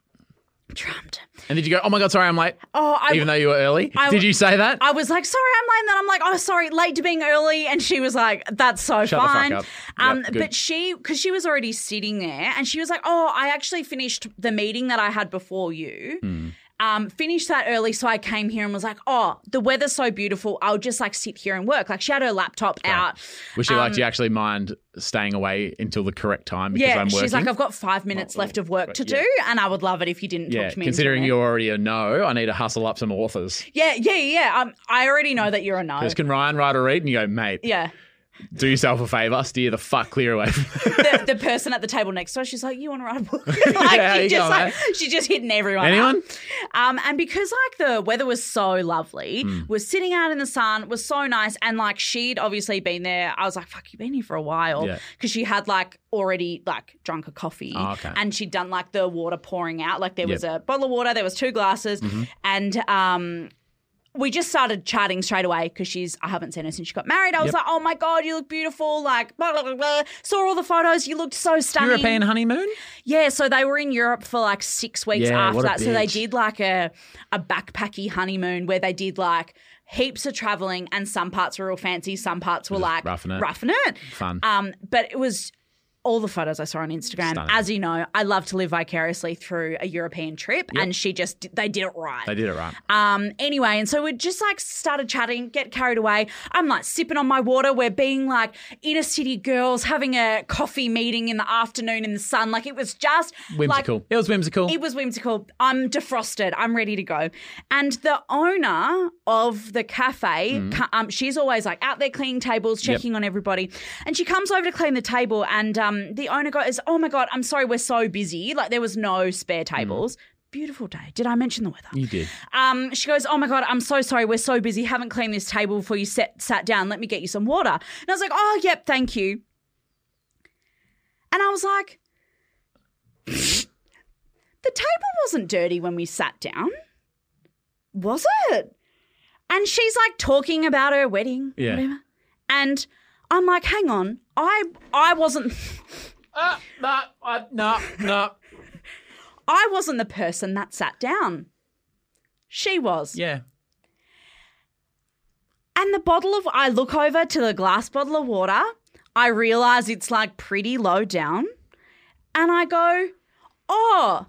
Speaker 2: Trumped.
Speaker 1: And did you go? Oh my god, sorry, I'm late.
Speaker 2: Oh, I.
Speaker 1: Even though you were early,
Speaker 2: I-
Speaker 1: did you say that?
Speaker 2: I was like, sorry, I'm late. And then I'm like, oh, sorry, late to being early. And she was like, that's so
Speaker 1: Shut the fuck
Speaker 2: fine.
Speaker 1: up.
Speaker 2: Um,
Speaker 1: Yep, good.
Speaker 2: but she, because she was already sitting there, and she was like, oh, I actually finished the meeting that I had before you.
Speaker 1: Hmm.
Speaker 2: Um, finished that early, so I came here and was like, "Oh, the weather's so beautiful. I'll just like sit here and work." Like she had her laptop out.
Speaker 1: Would she
Speaker 2: um
Speaker 1: like do you actually mind staying away until the correct time because
Speaker 2: Yeah,
Speaker 1: I'm working?
Speaker 2: she's like, "Oh, "I've got five minutes left of work to do, and I would love it if you didn't
Speaker 1: yeah,
Speaker 2: talk to me."
Speaker 1: considering
Speaker 2: until
Speaker 1: you're already a no, I need to hustle up some authors.
Speaker 2: then." yeah, yeah, yeah. Um, I already know that you're a no.
Speaker 1: Because can Ryan write or read? And you go, mate,
Speaker 2: Yeah,
Speaker 1: do yourself a favor, steer the fuck clear away.
Speaker 2: [LAUGHS]
Speaker 1: from-
Speaker 2: the, the person at the table next to her, she's like, "You want to ride a book?" [LAUGHS] like,
Speaker 1: [LAUGHS] Yeah,
Speaker 2: she
Speaker 1: you go,
Speaker 2: just like,
Speaker 1: eh?
Speaker 2: she's just hitting everyone. up.
Speaker 1: Anyone?
Speaker 2: Um, and because like the weather was so lovely,
Speaker 1: Hmm.
Speaker 2: was sitting out in the sun, was so nice, and like she'd obviously been there. I was like, "Fuck, you've been here for a while,"
Speaker 1: Yeah.
Speaker 2: because she had like already like drunk a coffee,
Speaker 1: Oh, okay.
Speaker 2: and she'd done like the water pouring out. Like there was
Speaker 1: Yep.
Speaker 2: a bottle of water, there was two glasses,
Speaker 1: Mm-hmm.
Speaker 2: and um, we just started chatting straight away because she's I haven't seen her since she got married. I was
Speaker 1: Yep.
Speaker 2: like, oh my god, you look beautiful. Like blah blah blah. blah. Saw all the photos. You looked so stunning.
Speaker 1: European honeymoon?
Speaker 2: Yeah, so they were in Europe for like six weeks
Speaker 1: Yeah,
Speaker 2: after
Speaker 1: what a
Speaker 2: that. So they
Speaker 1: bitch.
Speaker 2: did like a a backpacky honeymoon where they did like heaps of traveling and some parts were real fancy, some parts were
Speaker 1: Just
Speaker 2: like
Speaker 1: roughing it.
Speaker 2: it.
Speaker 1: Fun.
Speaker 2: Um, but it was all the photos I saw on Instagram.
Speaker 1: Stunning.
Speaker 2: As you know, I love to live vicariously through a European trip, and she just did- they did it right.
Speaker 1: They did it right.
Speaker 2: Um, anyway, and so we just like started chatting, get carried away. I'm like sipping on my water. We're being like inner city girls having a coffee meeting in the afternoon in the sun. Like it was just
Speaker 1: Whimsical.
Speaker 2: Like,
Speaker 1: it was whimsical.
Speaker 2: it was whimsical. I'm defrosted. I'm ready to go. And the owner of the cafe, ca- um, she's always like out there cleaning tables, checking on everybody. And she comes over to clean the table, and um, the owner goes, "Oh my god, I'm sorry, we're so busy. Like there was no spare tables." Beautiful day. Did I mention the weather?
Speaker 1: you did.
Speaker 2: Um, she goes, "Oh my god, I'm so sorry. We're so busy. Haven't cleaned this table before you set, sat down. Let me get you some water." And I was like, "Oh, yep, thank you." And I was like, [LAUGHS] "The table wasn't dirty when we sat down, was it?" And she's like talking about her wedding,
Speaker 1: Yeah.
Speaker 2: whatever. And I'm like, "Hang on, I I wasn't." [LAUGHS]
Speaker 1: No, no, no.
Speaker 2: I wasn't the person that sat down. She was.
Speaker 1: Yeah.
Speaker 2: And the bottle of, I look over to the glass bottle of water. I realize it's like pretty low down. And I go, Oh,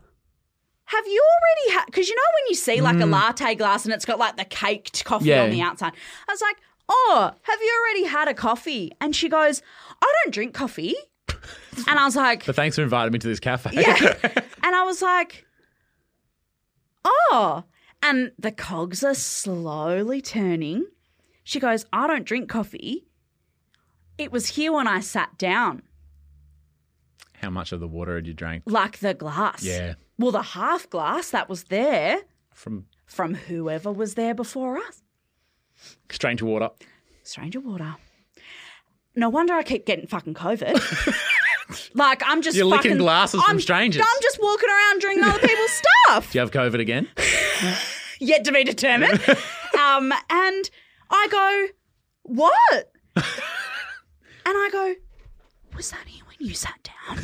Speaker 2: have you already had? Because you know when you see like a latte glass and it's got like the caked coffee
Speaker 1: Yeah.
Speaker 2: on the outside? I was like, Oh, have you already had a coffee? And she goes, I don't drink coffee. and I was like,
Speaker 1: But thanks for inviting me to this cafe.
Speaker 2: yeah. and I was like, oh. And the cogs are slowly turning. She goes, I don't drink coffee. It was here when I sat down,
Speaker 1: [LAUGHS] How much of the water had you drank?
Speaker 2: like the glass.
Speaker 1: Yeah.
Speaker 2: Well, the half glass that was there
Speaker 1: From
Speaker 2: from whoever was there before us.
Speaker 1: strain to water.
Speaker 2: Stranger water. No wonder I keep getting
Speaker 1: [LAUGHS]
Speaker 2: fucking COVID. like, I'm just
Speaker 1: You're licking
Speaker 2: fucking-
Speaker 1: glasses from
Speaker 2: I'm-
Speaker 1: strangers.
Speaker 2: I'm just walking around drinking other people's stuff.
Speaker 1: Do you have COVID
Speaker 2: [LAUGHS]
Speaker 1: again?
Speaker 2: yet to
Speaker 1: [LAUGHS]
Speaker 2: be determined. um, and I go,
Speaker 1: [LAUGHS]
Speaker 2: what? and I go, was that here when you sat down?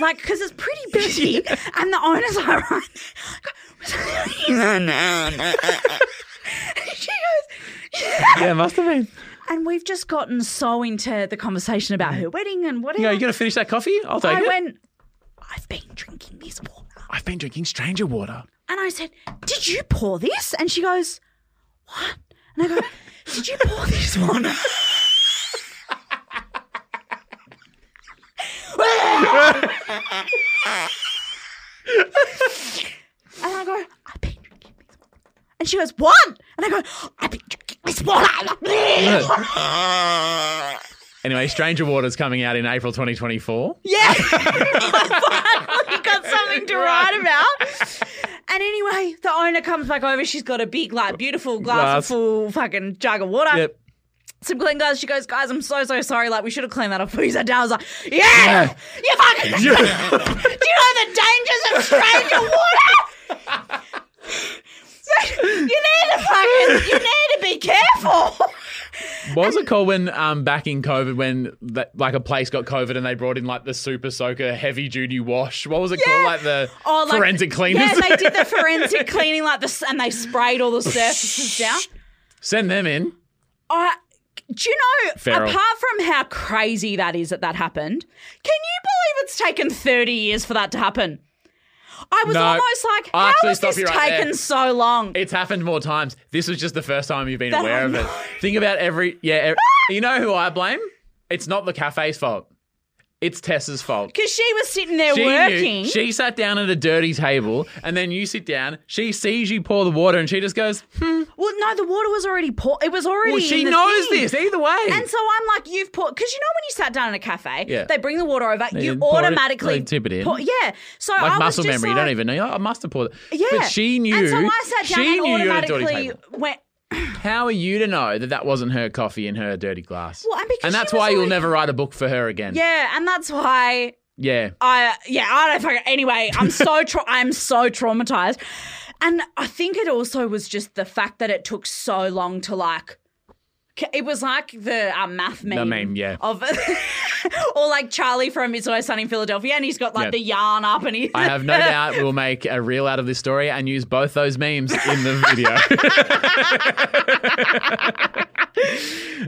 Speaker 2: Like, because it's pretty
Speaker 1: [LAUGHS]
Speaker 2: busy, and the owners are right. there. I go, was that here when you
Speaker 1: uh,
Speaker 2: sat down? [LAUGHS] she goes, yeah.
Speaker 1: yeah, must have been.
Speaker 2: And we've just gotten so into the conversation about her wedding and whatever.
Speaker 1: You go, you going to finish that coffee? I'll take
Speaker 2: I
Speaker 1: it.
Speaker 2: went, I've been drinking this water.
Speaker 1: I've been drinking stranger water.
Speaker 2: And I said, Did you pour this? And she goes, What? And I go, Did you pour this one? [LAUGHS] and I go, I've been drinking this water. And she goes, What? And I go, I've been drinking
Speaker 1: [LAUGHS]
Speaker 2: this water.
Speaker 1: Anyway, stranger water's coming out in April 2024. [LAUGHS]
Speaker 2: Yeah. I finally got something to write about. And anyway, the owner comes back over. She's got a big, like, beautiful glass,
Speaker 1: Glass.
Speaker 2: full fucking jug of water.
Speaker 1: Yep.
Speaker 2: Some clean glass. She goes, guys, I'm so, so sorry. Like, we should have cleaned that up before you sat down. I was like, yeah, you fucking. [LAUGHS] Do you know the dangers of stranger water? [LAUGHS] So, you need to fucking, you need to be careful.
Speaker 1: What [LAUGHS] was it called when um, back in COVID when that, like a place got COVID and they brought in like the super soaker heavy duty wash? What was it called? Like the
Speaker 2: Oh, like-
Speaker 1: forensic cleaners.
Speaker 2: Yeah, they did the forensic cleaning like this, and they sprayed all the surfaces down.
Speaker 1: [LAUGHS] Send them in.
Speaker 2: I, do you know?
Speaker 1: Feral.
Speaker 2: Apart from how crazy that is that that happened, can you believe it's taken thirty years for that to happen? I was
Speaker 1: No.
Speaker 2: almost like,
Speaker 1: I'll
Speaker 2: how
Speaker 1: actually
Speaker 2: has
Speaker 1: stop
Speaker 2: this
Speaker 1: you right
Speaker 2: taken
Speaker 1: there.
Speaker 2: so long?
Speaker 1: It's happened more times. This was just the first time you've been
Speaker 2: That
Speaker 1: aware
Speaker 2: I
Speaker 1: of it.
Speaker 2: know.
Speaker 1: e- [LAUGHS] Think about every yeah. ev- you know who I blame? It's not the cafe's fault. It's Tessa's fault.
Speaker 2: Because she was sitting there
Speaker 1: She
Speaker 2: working.
Speaker 1: knew, she sat down at a dirty table, and then you sit down. She sees you pour the water, and she just goes, hmm,
Speaker 2: well, no, the water was already poured. It was already.
Speaker 1: "Well, she
Speaker 2: in the
Speaker 1: knows
Speaker 2: thing.
Speaker 1: this either way."
Speaker 2: And so I'm like, you've poured because you know when you sat down in a cafe,
Speaker 1: Yeah.
Speaker 2: they bring the water over,
Speaker 1: They
Speaker 2: you
Speaker 1: pour it-
Speaker 2: automatically
Speaker 1: they tip it in.
Speaker 2: pour- yeah, so
Speaker 1: like
Speaker 2: I
Speaker 1: muscle
Speaker 2: was just
Speaker 1: memory, you
Speaker 2: like,
Speaker 1: don't even know. I must have poured it.
Speaker 2: Yeah,
Speaker 1: but she knew.
Speaker 2: And so I sat down
Speaker 1: she
Speaker 2: and
Speaker 1: knew you had a dirty
Speaker 2: automatically
Speaker 1: table.
Speaker 2: went.
Speaker 1: How are you to know that that wasn't her coffee in her dirty glass?
Speaker 2: Well, and because
Speaker 1: and
Speaker 2: she
Speaker 1: that's
Speaker 2: was
Speaker 1: why you'll
Speaker 2: like-
Speaker 1: never write a book for her again.
Speaker 2: Yeah, and that's why
Speaker 1: yeah.
Speaker 2: I yeah I don't fucking anyway.
Speaker 1: [LAUGHS]
Speaker 2: I'm so tra- I'm so traumatized, and I think it also was just the fact that it took so long to like. c- It was like the uh, math meme,
Speaker 1: meme, yeah.
Speaker 2: of [LAUGHS] or like Charlie from It's Always Sunny in Philadelphia, and he's got like
Speaker 1: Yeah.
Speaker 2: the yarn up, and he
Speaker 1: I have
Speaker 2: [LAUGHS]
Speaker 1: no doubt we'll make a reel out of this story and use both those memes in the video.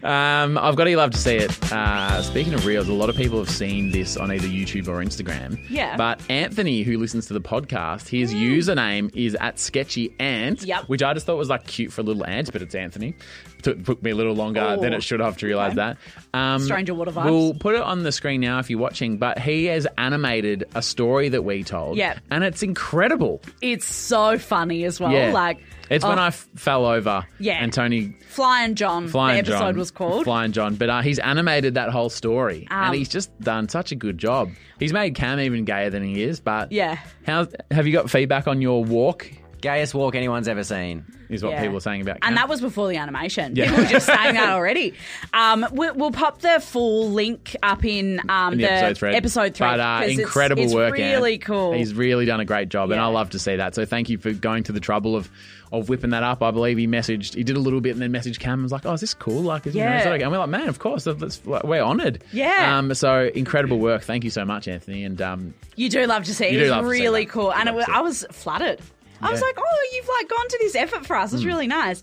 Speaker 1: [LAUGHS] um, I've got to love to see it. Uh, speaking of reels, a lot of people have seen this on either YouTube or Instagram.
Speaker 2: Yeah. Mm.
Speaker 1: But Anthony, who listens to the podcast, his username is at sketchy ant,
Speaker 2: Yep.
Speaker 1: which I just thought was like cute for a little ant, but it's Anthony. Took, took me a little longer than
Speaker 2: Oh.
Speaker 1: it should have to realize that. Um,
Speaker 2: Stranger water vibes.
Speaker 1: We'll put it on the screen now if you're watching, but he has animated a story that we told.
Speaker 2: Yep.
Speaker 1: And it's incredible.
Speaker 2: it's so funny as well.
Speaker 1: yeah.
Speaker 2: Like
Speaker 1: it's when
Speaker 2: oh.
Speaker 1: I f- fell over.
Speaker 2: Yeah.
Speaker 1: And Tony
Speaker 2: Flying John,
Speaker 1: Flying
Speaker 2: the episode
Speaker 1: John
Speaker 2: was called.
Speaker 1: Flying John, but uh, he's animated that whole story,
Speaker 2: Um,
Speaker 1: and he's just done such a good job. He's made Cam even gayer than he is. But
Speaker 2: Yeah.
Speaker 1: how have you got feedback on your walk?
Speaker 6: Gayest walk anyone's ever seen.
Speaker 1: Is what
Speaker 2: Yeah.
Speaker 1: people are saying about Cam.
Speaker 2: And that was before the animation. People were just saying
Speaker 1: [LAUGHS]
Speaker 2: that already. Um, we, we'll pop the full link up in, um,
Speaker 1: in the, episode thread.
Speaker 2: episode thread
Speaker 1: But uh,
Speaker 2: 'cause it's-
Speaker 1: incredible
Speaker 2: it's
Speaker 1: work. Ant.
Speaker 2: Really cool.
Speaker 1: He's really done a great job, and
Speaker 2: Yeah.
Speaker 1: I love to see that. So thank you for going to the trouble of of whipping that up. I believe he messaged, he did a little bit, and then messaged Cam and was like, "Oh, is this cool? Like, is, you know, is that
Speaker 2: Yeah.
Speaker 1: okay?" And we're like, "Man, of course. That's, like, we're honoured."
Speaker 2: Yeah.
Speaker 1: Um. So incredible work. Thank you so much, Anthony. And um,
Speaker 2: you do love to see.
Speaker 1: You
Speaker 2: it
Speaker 1: do
Speaker 2: was
Speaker 1: love to see
Speaker 2: really
Speaker 1: that.
Speaker 2: cool.
Speaker 1: You
Speaker 2: And it
Speaker 1: love
Speaker 2: was,
Speaker 1: to see
Speaker 2: I was flattered. I was like, oh, you've like gone to this effort for us. It's
Speaker 1: Hmm.
Speaker 2: really nice.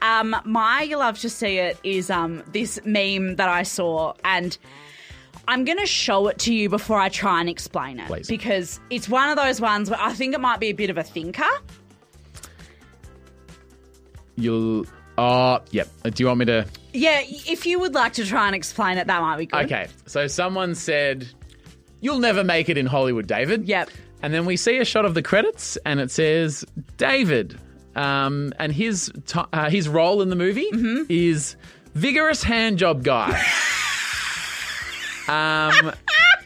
Speaker 2: Um, my you love to see it is um, this meme that I saw and I'm going to show it to you before I try and explain it
Speaker 1: Please.
Speaker 2: because it's one of those ones where I think it might be a bit of a thinker.
Speaker 1: you'll. Oh, yep. Do you want me to?
Speaker 2: Yeah, if you would like to try and explain it, that might be good.
Speaker 1: Okay. So someone said, "You'll never make it in Hollywood, David."
Speaker 2: Yep.
Speaker 1: And then we see a shot of the credits, and it says David, um, and his ti uh, his role in the movie
Speaker 2: Mm-hmm.
Speaker 1: is vigorous hand job
Speaker 2: [LAUGHS]
Speaker 1: guy. um,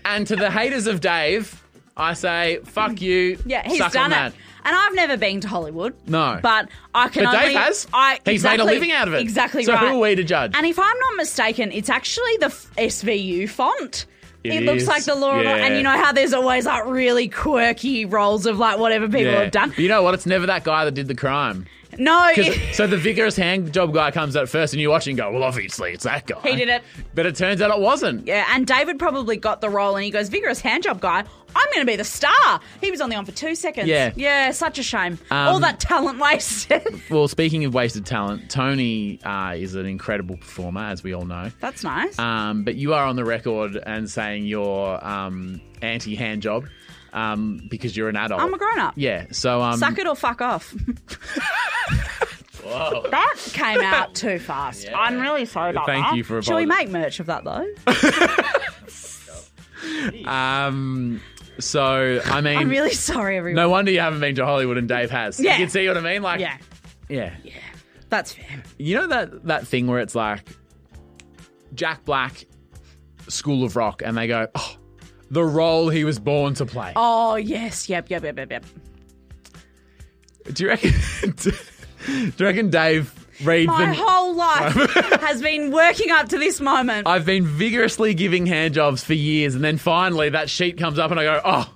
Speaker 1: and to the haters of Dave, I say, "Fuck you."
Speaker 2: Yeah, he's
Speaker 1: Suck
Speaker 2: done
Speaker 1: on that.
Speaker 2: it. And I've never been to Hollywood.
Speaker 1: No.
Speaker 2: But I can
Speaker 1: But Dave
Speaker 2: only
Speaker 1: has.
Speaker 2: I
Speaker 1: He's made a
Speaker 2: exactly-
Speaker 1: living out of it.
Speaker 2: Exactly
Speaker 1: So
Speaker 2: right.
Speaker 1: who are we to judge?
Speaker 2: And if I'm not mistaken, it's actually the f- SVU font.
Speaker 1: It
Speaker 2: It, looks
Speaker 1: is,
Speaker 2: like the law and Order- and
Speaker 1: yeah.
Speaker 2: you know how there's always like really quirky roles of like whatever people
Speaker 1: Yeah.
Speaker 2: have done.
Speaker 1: You know what? It's never that guy that did the crime.
Speaker 2: No, [LAUGHS]
Speaker 1: Because
Speaker 2: it-
Speaker 1: so the vigorous hand job guy comes out first, and you watch and go, "Well, obviously it's that guy."
Speaker 2: He did it.
Speaker 1: but it turns out it wasn't.
Speaker 2: yeah, and David probably got the role, and he goes, "Vigorous hand job guy, I'm going to be the star." He was only on for two seconds.
Speaker 1: Yeah.
Speaker 2: yeah, such a shame.
Speaker 1: Um,
Speaker 2: All that talent [LAUGHS] wasted.
Speaker 1: Well, speaking of wasted talent, Tony uh, is an incredible performer, as we all know.
Speaker 2: That's nice.
Speaker 1: Um, but you are on the record and saying you're um, anti hand job um, because you're an adult.
Speaker 2: I'm a grown up.
Speaker 1: Yeah. So um,
Speaker 2: Suck it or fuck off. That came out too fast. I'm really sorry about
Speaker 1: Thank
Speaker 2: that.
Speaker 1: you for
Speaker 2: Shall we
Speaker 1: apologi-
Speaker 2: make merch of that though?
Speaker 1: um, so I mean,
Speaker 2: [LAUGHS] I'm really sorry, everyone.
Speaker 1: no wonder you haven't been to Hollywood and Dave has.
Speaker 2: Yeah.
Speaker 1: You can see what I mean. Like,
Speaker 2: yeah,
Speaker 1: yeah.
Speaker 2: that's fair.
Speaker 1: You know that that thing where it's like Jack Black, School of Rock, and they go, oh, the role he was born to play.
Speaker 2: Oh yes, yep, yep, yep, yep, yep.
Speaker 1: Do you reckon? [LAUGHS] do you reckon Dave reads
Speaker 2: My
Speaker 1: them? [LAUGHS]
Speaker 2: whole life has been working up to this moment.
Speaker 1: I've been vigorously giving handjobs for years, and then finally that sheet comes up, and I go, oh,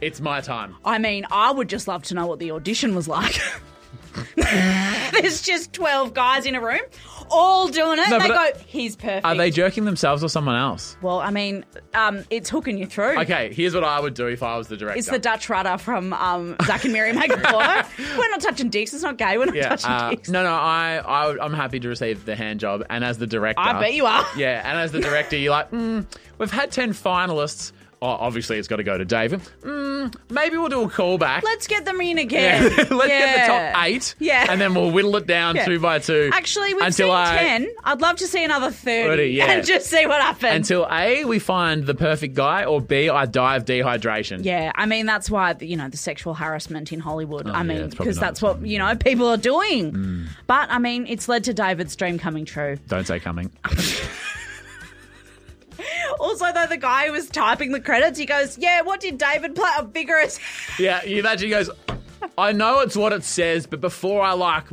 Speaker 1: it's my time.
Speaker 2: I mean, I would just love to know what the audition was like. [LAUGHS] There's just 12 guys in a room, all doing it.
Speaker 1: No,
Speaker 2: and they
Speaker 1: but-
Speaker 2: go, he's perfect.
Speaker 1: Are they jerking themselves or someone else?
Speaker 2: well, I mean, um, it's hooking you through.
Speaker 1: Okay, here's what I would do if I was the director.
Speaker 2: It's the Dutch rudder from um, Zack and Mary Make
Speaker 1: [LAUGHS]
Speaker 2: a Pie. We're not touching dicks. It's not gay. We're not
Speaker 1: yeah,
Speaker 2: touching
Speaker 1: uh,
Speaker 2: dicks.
Speaker 1: no, no, I, I, would- I'm happy to receive the hand job, and as the director,
Speaker 2: I bet you are.
Speaker 1: "Hmm, Yeah, and as the director, you're like, mm, we've had ten finalists. Oh, obviously, it's got to go to David. Mm, maybe we'll do a callback.
Speaker 2: [LAUGHS] Let's get them
Speaker 1: [LAUGHS]
Speaker 2: in
Speaker 1: Yeah. [LAUGHS]
Speaker 2: again.
Speaker 1: Let's get the
Speaker 2: Yeah.
Speaker 1: top eight.
Speaker 2: Yeah.
Speaker 1: And then we'll whittle it down
Speaker 2: Yeah.
Speaker 1: two by two.
Speaker 2: Actually, we've
Speaker 1: until
Speaker 2: seen
Speaker 1: I,
Speaker 2: 10. I'd love to see another 30,
Speaker 1: 30,
Speaker 2: [LAUGHS]
Speaker 1: yeah.
Speaker 2: and just see what happens.
Speaker 1: Until A, we find the perfect guy, or B, I die of dehydration.
Speaker 2: yeah, I mean, that's why, you know, the sexual harassment in Hollywood. I mean,
Speaker 1: Oh, it's probably
Speaker 2: because
Speaker 1: not Mm.
Speaker 2: that's what, you know, people are doing. But, I mean, it's led to David's dream coming true.
Speaker 1: Don't say coming. [LAUGHS]
Speaker 2: Also, though, the guy who was typing the credits, he goes, Yeah, what did David play? A vigorous.
Speaker 1: yeah, you imagine he goes, I know it's what it says, but before I like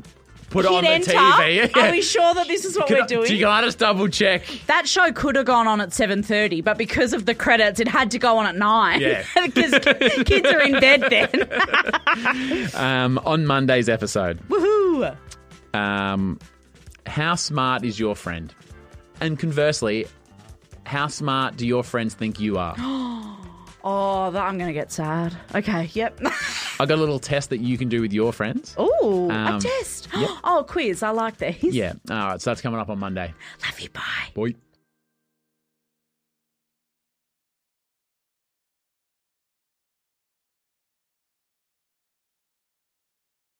Speaker 1: put on
Speaker 2: Hit
Speaker 1: the
Speaker 2: enter.
Speaker 1: [LAUGHS] TV.
Speaker 2: Are we sure that this is what
Speaker 1: Can
Speaker 2: we're
Speaker 1: I-
Speaker 2: doing?
Speaker 1: You gotta just double check.
Speaker 2: That show could have gone on at seven thirty, but because of the credits, it had to go on at nine.
Speaker 1: Yeah.
Speaker 2: [LAUGHS] because kids are in bed
Speaker 1: [LAUGHS]
Speaker 2: then.
Speaker 1: Um, on Monday's episode,
Speaker 2: Woohoo!
Speaker 1: um, how smart is your friend? And conversely, how smart do your friends think you are? [GASPS]
Speaker 2: Oh, that, I'm gonna get sad. Okay, yep. [LAUGHS]
Speaker 1: I got a little test that you can do with your friends.
Speaker 2: Ooh,
Speaker 1: Um,
Speaker 2: a test. [GASPS] Oh, quiz. I like these.
Speaker 1: Yeah. All right. So that's coming up on Monday.
Speaker 2: Love you. Bye.
Speaker 1: Boy.